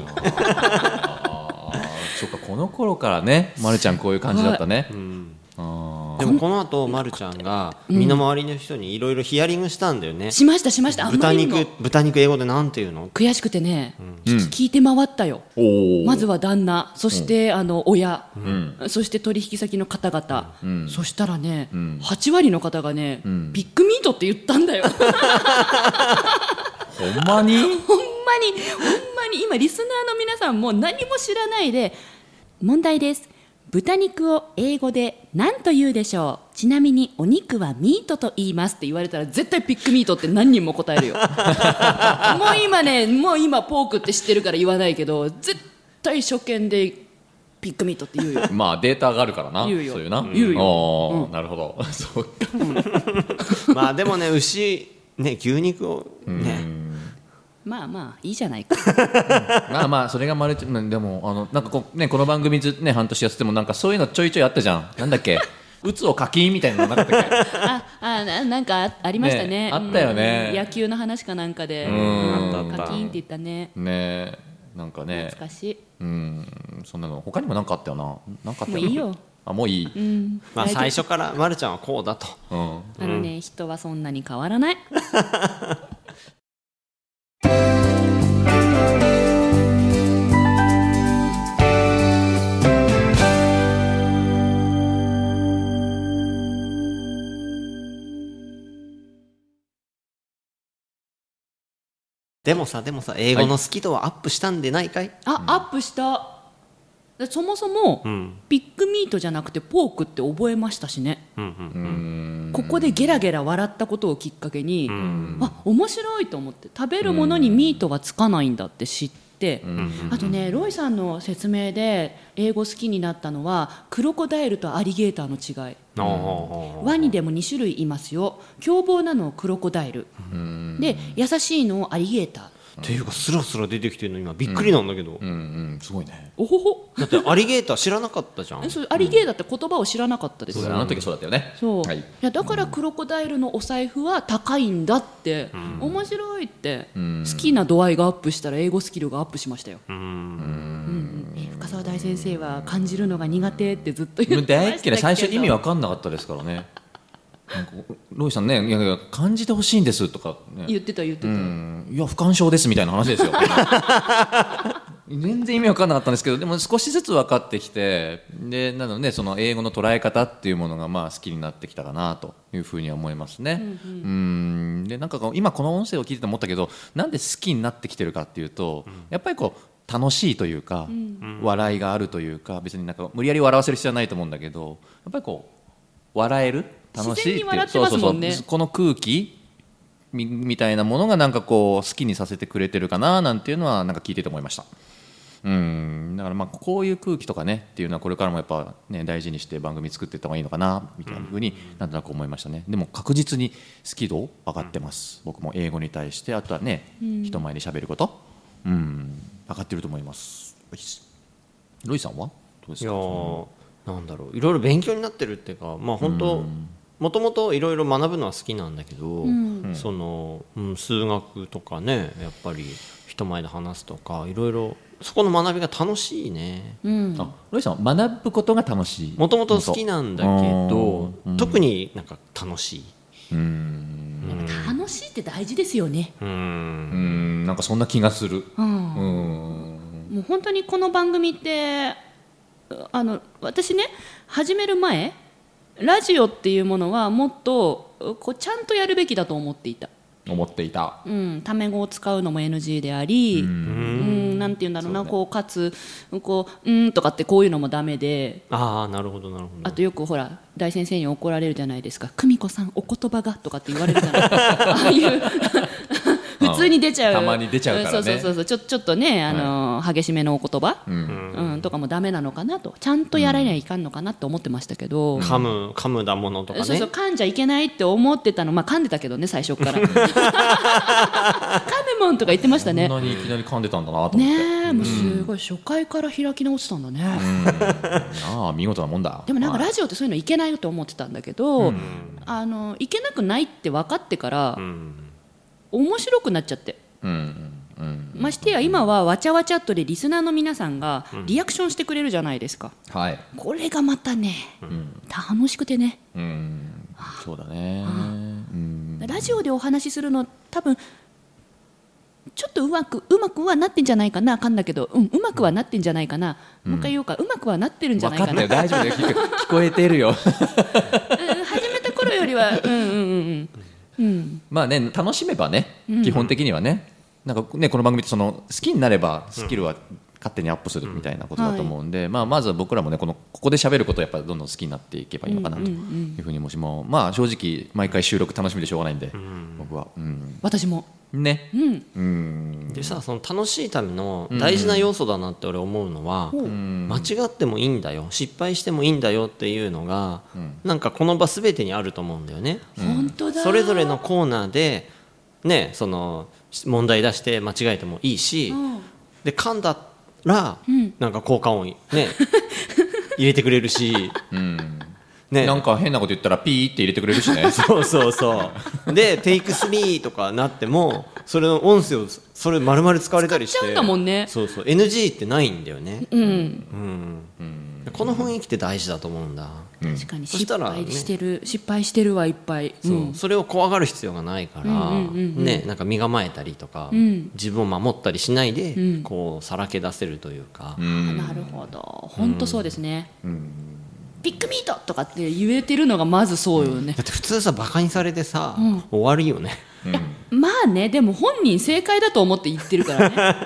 [SPEAKER 7] そっかこの頃からねまるちゃんこういう感じだったね
[SPEAKER 8] でもこの後まるちゃんが身の回りの人にいろいろヒアリングしたんだよね
[SPEAKER 2] しましたしましたあんま
[SPEAKER 8] 豚
[SPEAKER 2] りにも
[SPEAKER 8] 肉豚肉英語でなんていうの
[SPEAKER 2] 悔しくてね、聞き聞いて回ったよ
[SPEAKER 7] おお
[SPEAKER 2] まずは旦那そして、あの親、
[SPEAKER 7] ん
[SPEAKER 2] そして取引先の方々、
[SPEAKER 7] ん
[SPEAKER 2] そしたらね、
[SPEAKER 7] ん
[SPEAKER 2] 8割の方がね、
[SPEAKER 7] ん
[SPEAKER 2] ビッグミートって言ったんだよほんま
[SPEAKER 7] ほんまに
[SPEAKER 2] にほんまに今リスナーの皆さんも何も知らないで問題です豚肉を英語で何と言うでしょうちなみにお肉はミートと言いますって言われたら絶対ピックミートって何人も答 えるよもう今ねもう今ポークって知ってるから言わないけど絶対初見でピックミートって言うよ
[SPEAKER 1] まあデータがあるからな
[SPEAKER 2] 言うよ
[SPEAKER 1] そういうな
[SPEAKER 2] 言うよ
[SPEAKER 1] おーなるほど そうか
[SPEAKER 3] まあでもね牛ね牛肉をね
[SPEAKER 2] まあまあいいじゃ ないか
[SPEAKER 1] まあまあそれがマルチうんでもあのなんかこうねこの番組ずっとね半年やっててもなんかそういうのちょいちょいあったじゃんなんだっ け鬱を課金みたいなのなかったっけ
[SPEAKER 2] ああななんかあありましたね
[SPEAKER 1] ねあったよね
[SPEAKER 2] うん野球の話かなんかで
[SPEAKER 1] ん
[SPEAKER 2] うんカキンって言ったね
[SPEAKER 1] ね えなんかね
[SPEAKER 2] 懐かしい
[SPEAKER 1] うんそんなの他にもなんかあったよななんかあったな
[SPEAKER 2] もういいよ
[SPEAKER 1] あもういい、うん
[SPEAKER 3] まあ最初からまるちゃんはこうだと
[SPEAKER 2] あのね、人はそんなに変わらない
[SPEAKER 3] でもさでもさ英語の好き度はアップしたんでないかい、
[SPEAKER 2] あ、アップしたでそもそも、
[SPEAKER 3] ん
[SPEAKER 2] ピックミートじゃなくてポークって覚えましたしね、
[SPEAKER 3] うんうん
[SPEAKER 2] ここでゲラゲラ笑ったことをきっかけに、あ面白いと思って食べるものにミートがつかないんだって知って、あとねロイさんの説明で英語好きになったのはクロコダイルとアリゲーターの違い
[SPEAKER 3] おうおうおう
[SPEAKER 2] ワニでも2種類いますよ凶暴なのをクロコダイルで優しいのをアリゲーター
[SPEAKER 3] っていうかスラスラ出てきてるの今びっくりなんだけど、
[SPEAKER 1] うんうんすごいね
[SPEAKER 2] おほほ
[SPEAKER 3] だってアリゲーター知らなかったじゃん
[SPEAKER 2] えそうアリゲーターって言葉を知らなかったで
[SPEAKER 1] そ
[SPEAKER 2] す
[SPEAKER 1] う
[SPEAKER 2] よ
[SPEAKER 1] だあの時そうだったよね
[SPEAKER 2] そう、
[SPEAKER 1] はい
[SPEAKER 2] い、やだからクロコダイルのお財布は高いんだって、面白いって、好きな度合いがアップしたら英語スキルがアップしましたよ、うんうん深澤大先生は感じるのが苦手ってずっと言ってま
[SPEAKER 1] 大
[SPEAKER 2] した
[SPEAKER 1] っ
[SPEAKER 2] け
[SPEAKER 1] 嫌
[SPEAKER 2] ど
[SPEAKER 1] い最初意味わかんなかったですから ねなんかロイさんねいやいや感じてほしいんですとか、ね、
[SPEAKER 2] 言ってた言ってた、
[SPEAKER 1] うんいや不干渉ですみたいな話ですよ 全然意味わかんなかったんですけどでも少しずつ分かってきてでなのでその英語の捉え方っていうものがまあ好きになってきたかなというふうには思いますね。うんでなんかこう今この音声を聞いてて思ったけどなんで好きになってきてるかっていうと、やっぱりこう楽しいというか、笑いがあるというか別になんか無理やり笑わせる必要はないと思うんだけどやっぱりこう笑える楽しいっていう
[SPEAKER 2] 自然に笑ってますもん
[SPEAKER 1] そ
[SPEAKER 2] ね
[SPEAKER 1] うそうそうこの空気みみたいなものがなんかこう好きにさせてくれてるかななんていうのはなんか聞いてて思いましたうんだからまあこういう空気とかねっていうのはこれからもやっぱ、ね、大事にして番組作っていった方がいいのかなみたいなふうになんとなく思いましたねでも確実に好き度上がってます僕も英語に対してあとはね、人前で喋ることうん上がってると思いますよしロイさんはどうで
[SPEAKER 3] い
[SPEAKER 1] す
[SPEAKER 3] や
[SPEAKER 1] か
[SPEAKER 3] ーなんだろういろいろ勉強になってるっていうかまあ本当もともといろいろ学ぶのは好きなんだけど、その、うん、数学とかねやっぱり人前で話すとかいろいろそこの学びが楽しいね
[SPEAKER 1] あロイさんは学ぶことが楽しい
[SPEAKER 3] もともと好きなんだけど、
[SPEAKER 1] うん
[SPEAKER 3] 特になんか楽しい
[SPEAKER 2] 楽しいって大事ですよね、
[SPEAKER 3] うん
[SPEAKER 1] うんなんかそんな気がする
[SPEAKER 2] うん
[SPEAKER 1] うん
[SPEAKER 2] もう本当にこの番組ってあの私ね始める前ラジオっていうものはもっとこうちゃんとやるべきだと思っていた、
[SPEAKER 1] 思っていた
[SPEAKER 2] うん、タメ語を使うのも NG であり、うん、なんて言うんだろうなこうかつこう「うん」とかってこういうのもダメで
[SPEAKER 3] ああなるほどなるほど
[SPEAKER 2] あとよくほら大先生に怒られるじゃないですか「久美子さんお言葉が」とかって言われるじ ゃないですかああいう普通に出ちゃう
[SPEAKER 1] たまに出ちゃうからね
[SPEAKER 2] んそうそうそうちょちょっとねあの、激しめのお言葉、
[SPEAKER 1] うん
[SPEAKER 2] うん、とかもダメなのかなとちゃんとやらなきゃいかんのかなって思ってましたけど、
[SPEAKER 3] 噛む噛むだものとかね
[SPEAKER 2] そうそう噛んじゃいけないって思ってたのまあ噛んでたけどね最初から 噛むもんとか言ってました
[SPEAKER 1] こん
[SPEAKER 2] ね
[SPEAKER 1] なにいきなり噛んでたんだなと思って、
[SPEAKER 2] ねえもうすごい初回から開き直ってたんだね、
[SPEAKER 1] ああ見事なもんだ
[SPEAKER 2] でもなんか
[SPEAKER 1] はい
[SPEAKER 2] ラジオってそういうのいけないと思ってたんだけど、あのいけなくないって分かってから、面白くなっちゃって
[SPEAKER 1] うんうん
[SPEAKER 2] ましてや今はわちゃわちゃっとでリスナーの皆さんがリアクションしてくれるじゃないですか、
[SPEAKER 1] はい
[SPEAKER 2] これがまたね、楽しくてね
[SPEAKER 1] うんそうだねうん
[SPEAKER 2] ラジオでお話しするの多分ちょっとうまくうまくはなってんじゃないかなあかんだけど、うん、うまくはなってんじゃないかな、もう一回言おうかうまくはなってるんじゃ
[SPEAKER 1] 分
[SPEAKER 2] ない
[SPEAKER 1] かっ
[SPEAKER 2] か
[SPEAKER 1] た
[SPEAKER 2] な
[SPEAKER 1] よ大丈夫だよ聞こ聞こえてるよ
[SPEAKER 2] うん始めた頃よりはうんうんうんうんうん
[SPEAKER 1] まあね楽しめばね基本的にはねなんかねこの番組ってその好きになればスキルは勝手にアップするみたいなことだと思うんで、まあ、まずは僕らもねこのここで喋ることをやっぱりどんどん好きになっていけばいいのかなというふうにもしも、まあ、正直毎回収録楽しみでしょうがないんで、僕は、うん、
[SPEAKER 2] 私も
[SPEAKER 1] ね、
[SPEAKER 2] うん
[SPEAKER 1] うん、
[SPEAKER 3] でさその楽しいための大事な要素だなって俺思うのは、間違ってもいいんだよ失敗してもいいんだよっていうのが、なんかこの場全てにあると思うんだよね。
[SPEAKER 2] 本当だ
[SPEAKER 3] それぞれのコーナーで、ね、その問題出して間違えてもいいし、
[SPEAKER 2] うん
[SPEAKER 3] で噛んだら、
[SPEAKER 2] ん
[SPEAKER 3] なんか効果音、ね、 入れてくれるし、ね、
[SPEAKER 1] なんか変なこと言ったらピーって入れてくれるしね
[SPEAKER 3] そうそうそうでテイク3とかなってもそれの音声をそれ丸々使われたりして
[SPEAKER 2] 使っちゃうんだもんね
[SPEAKER 3] そうそう NG ってないんだよね、
[SPEAKER 2] うん
[SPEAKER 3] うんこの雰囲気って大事だと思うんだ、
[SPEAKER 2] 確かに
[SPEAKER 3] そし
[SPEAKER 2] 失
[SPEAKER 3] たら
[SPEAKER 2] 敗してる、失敗してるはいっぱい
[SPEAKER 3] そう
[SPEAKER 2] うん
[SPEAKER 3] それを怖がる必要がないから、
[SPEAKER 2] うんうんうんうん
[SPEAKER 3] ね、なんか身構えたりとか、
[SPEAKER 2] ん
[SPEAKER 3] 自分を守ったりしないで、
[SPEAKER 2] うん
[SPEAKER 3] こうさらけ出せるというか、
[SPEAKER 1] うん
[SPEAKER 2] なるほど本当そうですね、ビッグミートとかって言えてるのがまずそうよね
[SPEAKER 3] だっ、て普通さバカにされてさ、
[SPEAKER 2] ん
[SPEAKER 3] 終わるよね
[SPEAKER 2] まあねでも本人正解だと思って言ってるからね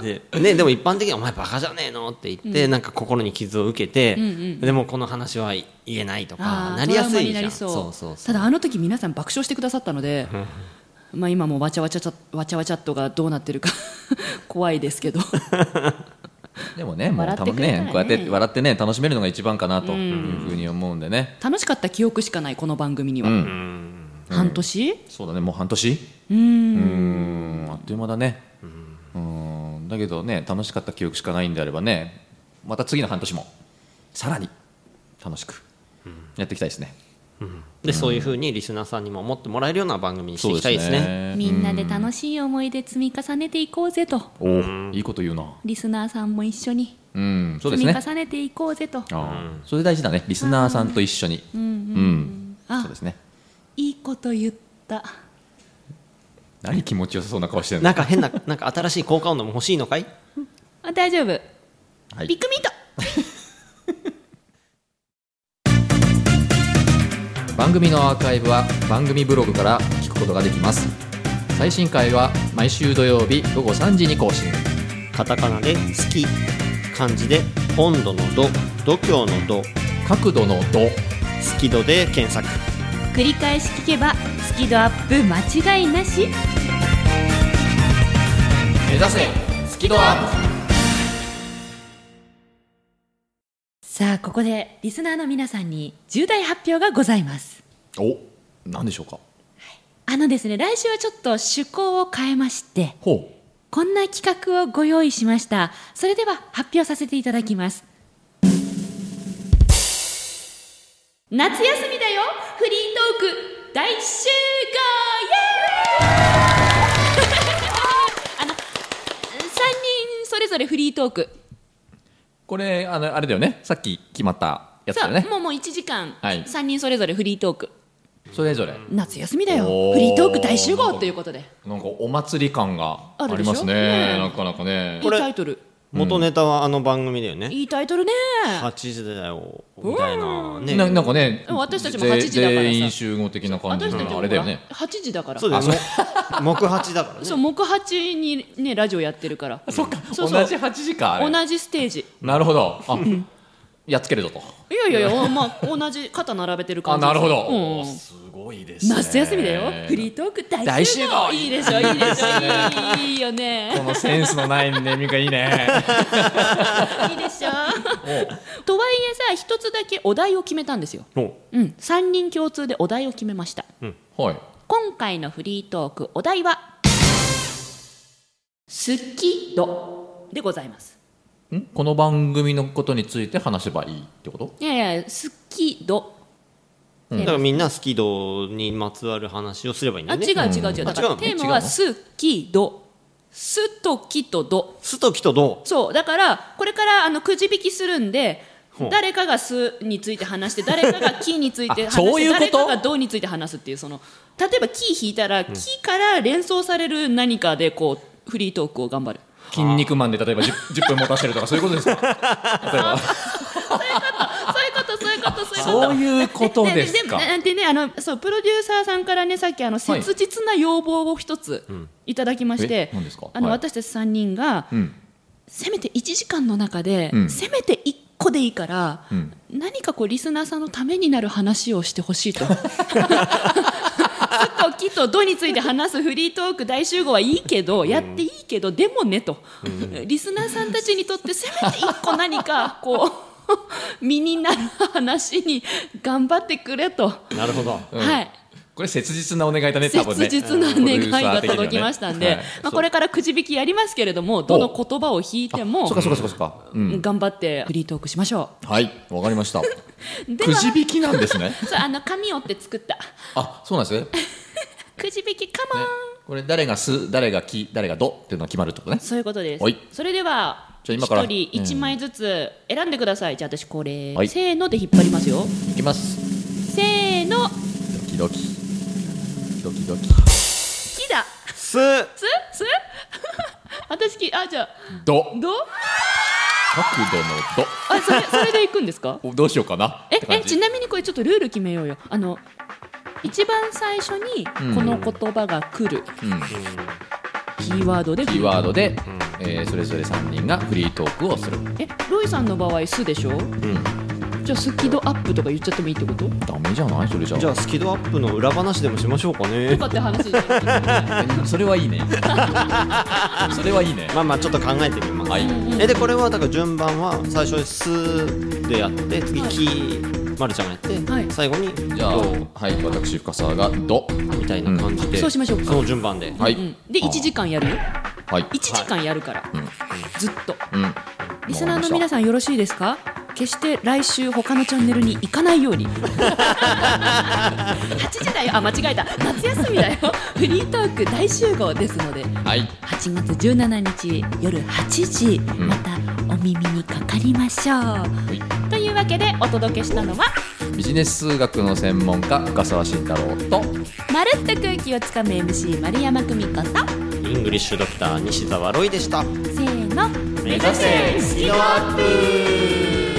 [SPEAKER 3] でねでも一般的に「お前バカじゃねえの?」って言って、なんか心に傷を受けて、
[SPEAKER 2] んうん
[SPEAKER 3] でもこの話は言えないとか
[SPEAKER 2] あー
[SPEAKER 3] なりやすい
[SPEAKER 2] トラウマに
[SPEAKER 3] じ
[SPEAKER 2] な
[SPEAKER 3] ゃん
[SPEAKER 2] りそう
[SPEAKER 3] そうそうそう
[SPEAKER 2] ただあの時皆さん爆笑してくださったの でまあ今もわちゃわちゃチャわちゃわちゃっとがどうな ってるか怖いですけど
[SPEAKER 1] でもね、もう
[SPEAKER 2] 笑って
[SPEAKER 1] 多
[SPEAKER 2] く
[SPEAKER 1] 分
[SPEAKER 2] れたら
[SPEAKER 1] ねこ
[SPEAKER 2] ね、
[SPEAKER 1] うやって笑ってね、楽しめるのが一番かなというふうに思うんでね。
[SPEAKER 2] 楽しかった記憶しかないこの番組には、
[SPEAKER 1] うん
[SPEAKER 2] 半年
[SPEAKER 1] そうだね、もう半年。
[SPEAKER 2] う
[SPEAKER 1] うんん、あっという間だね。うん、だけどね、楽しかった記憶しかないんであればね、また次の半年も。さらに楽しくやっていきたいですね。
[SPEAKER 3] でそういうふうにリスナーさんにも思ってもらえるような番組にしていきたいですね
[SPEAKER 1] み
[SPEAKER 6] みんなで楽しい思い出積み重ねていこうぜと
[SPEAKER 1] おーいいこと言うな。
[SPEAKER 6] リスナーさんも一緒に
[SPEAKER 1] うん、そうで
[SPEAKER 6] 積
[SPEAKER 1] すね。
[SPEAKER 6] み重ねていこうぜと
[SPEAKER 1] あーそれ大事だね、リスナーさんと一緒に。うん、そうですね。
[SPEAKER 6] いいこと言った
[SPEAKER 1] 何気持ちよさそうな顔してるの
[SPEAKER 3] なん。か変ななんか新しい効果音でも欲しいのかい
[SPEAKER 6] あ大丈夫
[SPEAKER 1] はい
[SPEAKER 6] ビッグミート
[SPEAKER 1] 番組のアーカイブは番組ブログから聞くことができます最新回は毎週土曜日午後3時に更新
[SPEAKER 3] カタカナで「好き」漢字で「温度の度」「度胸の度」
[SPEAKER 1] 角度の「度
[SPEAKER 3] 「好き度」で検索
[SPEAKER 6] 繰り返し聞けばスキドアップ間違いなし」
[SPEAKER 1] 目指せスキドアップ
[SPEAKER 2] さあここでリスナーの皆さんに重大発表がございます
[SPEAKER 1] お何でしょうか
[SPEAKER 2] あのですね来週はちょっと趣向を変えまして
[SPEAKER 1] ほ
[SPEAKER 2] こんな企画をご用意しましたそれでは発表させていただきます夏休みだよフリートーク大集合イエーイ あの3人それぞれフリートーク
[SPEAKER 1] うこれあのあれだよねさっき決まったやつだ
[SPEAKER 2] さ
[SPEAKER 1] よ
[SPEAKER 2] あ、
[SPEAKER 1] ね
[SPEAKER 2] もうもう1時間、
[SPEAKER 1] はい
[SPEAKER 2] 3人それぞれフリートーク
[SPEAKER 1] それぞれ
[SPEAKER 2] 夏休みだよ
[SPEAKER 1] おー
[SPEAKER 2] フリートーク大集合ということで
[SPEAKER 1] なんかお祭り感があ
[SPEAKER 2] あるで
[SPEAKER 1] り
[SPEAKER 2] しょ
[SPEAKER 1] ますね
[SPEAKER 2] ねえ
[SPEAKER 1] なかなかね
[SPEAKER 2] いい
[SPEAKER 3] れ
[SPEAKER 2] タイトル
[SPEAKER 3] 元ネタはあの番組だよね
[SPEAKER 2] いいタイトルね
[SPEAKER 3] 8時だよみたいなね
[SPEAKER 1] ななんかね
[SPEAKER 2] 私たちも8時だからさ
[SPEAKER 1] 全員集合的な感じ
[SPEAKER 2] 私たち
[SPEAKER 1] の
[SPEAKER 2] も
[SPEAKER 1] あれだよね
[SPEAKER 2] 8時だから
[SPEAKER 3] そうだよね木八だからね
[SPEAKER 2] そう木八にねラジオやってるから
[SPEAKER 1] そっか
[SPEAKER 2] そうそう
[SPEAKER 1] 同じ8時かあれ
[SPEAKER 2] 同じステージ
[SPEAKER 1] なるほどあやっつけるぞと
[SPEAKER 2] いやいやいや、おまあ、同じ肩並べてる感
[SPEAKER 1] あ
[SPEAKER 2] じ
[SPEAKER 1] なるほど、
[SPEAKER 2] うんうん
[SPEAKER 1] すごいですね
[SPEAKER 2] 夏休みだよフリートーク大集合
[SPEAKER 1] 大集合
[SPEAKER 2] いいでしょいいでしょいいよね
[SPEAKER 1] このセンスのないネーミングがいい ね
[SPEAKER 2] いいでしょとはいえさ一つだけお題を決めたんですよ、
[SPEAKER 3] お
[SPEAKER 2] うん、3人共通でお題を決めました
[SPEAKER 1] はい
[SPEAKER 2] 今回のフリートークお題は「好き度」でございます
[SPEAKER 1] んこの番組のことについて話せばいいってこと
[SPEAKER 2] いやいや好き度
[SPEAKER 3] だからみんなスキドにまつわる話をすればいいんだ
[SPEAKER 2] あ
[SPEAKER 3] よね
[SPEAKER 2] 違う違う違う、だか
[SPEAKER 3] あ違う
[SPEAKER 2] ら
[SPEAKER 3] の
[SPEAKER 2] テーマは
[SPEAKER 1] 違
[SPEAKER 2] 「
[SPEAKER 1] うの
[SPEAKER 2] すきど」「すときとど
[SPEAKER 3] すときと」ど
[SPEAKER 2] そうだからこれからあのくじ引きするんで
[SPEAKER 3] ほう
[SPEAKER 2] 誰かが「す」について話して誰かが「き」について話して
[SPEAKER 1] そういうこと
[SPEAKER 2] 誰かが「ど」について話すっていうその例えば「き」引いたら「き」から連想される何かでこうフリートークを頑張る
[SPEAKER 1] 筋肉マンで例えば 10, 10分持たせるとかそういうことですか例えば
[SPEAKER 2] そういうことそういう事そういうこと
[SPEAKER 1] そういうことですか
[SPEAKER 2] ででなんてねあのそうプロデューサーさんからねさっきあの
[SPEAKER 1] はい
[SPEAKER 2] 切実な要望を一ついただきまして
[SPEAKER 1] え、何ですか
[SPEAKER 2] あの、
[SPEAKER 1] はい
[SPEAKER 2] 私たち三人が、
[SPEAKER 1] うん
[SPEAKER 2] せめて一時間の中で、
[SPEAKER 1] うん
[SPEAKER 2] せめて一個でいいから、
[SPEAKER 1] うん
[SPEAKER 2] 何かこうリスナーさんのためになる話をしてほしいと。すっときとどについて話すフリートーク大集合はいいけど、やっていいけどでもねと、リスナーさんたちにとってせめて一個何かこう 身になる話に頑張ってくれと、
[SPEAKER 3] なるほど
[SPEAKER 1] うん
[SPEAKER 2] はい
[SPEAKER 1] これ切実なお願いだね多分ね
[SPEAKER 2] 切実な願いが届きましたんで、
[SPEAKER 1] プロデューサー的にはねはい
[SPEAKER 2] まあ、これからくじ引きやりますけれどもどの言葉を引いても
[SPEAKER 1] そうかそうかそうかそうか、うん、
[SPEAKER 2] 頑張ってフリートークしましょ
[SPEAKER 1] はいわかりました
[SPEAKER 2] うで
[SPEAKER 1] く
[SPEAKER 2] は
[SPEAKER 1] じ引きなんです ね
[SPEAKER 2] そうあの紙折って作った
[SPEAKER 1] あそうなんですね
[SPEAKER 2] くじ引きカモン、
[SPEAKER 1] これ誰が「す」誰が「き」誰が「ど」っていうのが決まるってことね
[SPEAKER 2] そういうことです
[SPEAKER 1] はい
[SPEAKER 2] それでは
[SPEAKER 1] じゃあ
[SPEAKER 2] 一
[SPEAKER 1] 今から
[SPEAKER 2] 人一枚ずつ選んでください、じゃあ私これ、
[SPEAKER 1] はい
[SPEAKER 2] せーので引っ張りますよ
[SPEAKER 1] いきます
[SPEAKER 2] せーの
[SPEAKER 1] ドキドキドキドキ
[SPEAKER 2] きだ
[SPEAKER 3] す
[SPEAKER 2] すす 私きあじゃあ
[SPEAKER 1] ど
[SPEAKER 2] ど
[SPEAKER 1] 角度の
[SPEAKER 2] あそれそれでいくんですか
[SPEAKER 1] どおどうしようかな
[SPEAKER 2] え
[SPEAKER 1] って
[SPEAKER 2] え
[SPEAKER 1] 感
[SPEAKER 2] ち
[SPEAKER 1] じ
[SPEAKER 2] なみにこれちょっとルール決めようよあの一番最初にこの言葉が来る、
[SPEAKER 1] ん
[SPEAKER 2] キーワードで
[SPEAKER 1] キーワードで、えーそれぞれ3人がフリートークをする
[SPEAKER 2] えロイさんの場合「す」でしょ、じゃあスキドアップとか言っちゃってもいいってこと
[SPEAKER 1] ダメじゃないそれじゃ
[SPEAKER 3] じゃあスキドアップの裏話でもしましょうかね
[SPEAKER 2] とかって話 じゃない
[SPEAKER 1] あ それはいいねそれはいいね
[SPEAKER 3] まあまあちょっと考えてみます、
[SPEAKER 1] はい
[SPEAKER 3] えでこれはだから順番は最初に「す」でやって次「き」まるちゃんがやって、
[SPEAKER 2] はい
[SPEAKER 3] 最後に「
[SPEAKER 1] じゃあはい私深澤が「ど」
[SPEAKER 3] みたいな感じで、
[SPEAKER 2] そうしましょうか
[SPEAKER 3] その順番で、
[SPEAKER 1] はい、
[SPEAKER 2] うんで1時間やるよ
[SPEAKER 1] はい
[SPEAKER 2] 1時間やるから、
[SPEAKER 1] ん
[SPEAKER 2] ずっと
[SPEAKER 1] うん
[SPEAKER 2] リスナーの皆さんよろしいですか決して来週他のチャンネルに行かないよ うに8時だよあ間違えた夏休みだよフリートーク大集合ですので
[SPEAKER 1] はい
[SPEAKER 6] 8月17日夜8時
[SPEAKER 1] ん
[SPEAKER 6] またお耳にかかりましょう、
[SPEAKER 1] はい
[SPEAKER 2] というわけでお届けしたのは
[SPEAKER 1] ビジネス数学の専門家深澤慎太郎と
[SPEAKER 6] まるっと空気をつかむ MC 丸山久美子と
[SPEAKER 3] イングリッシュドクター西澤ロイでした
[SPEAKER 6] せーの
[SPEAKER 3] 目指せスキドアップ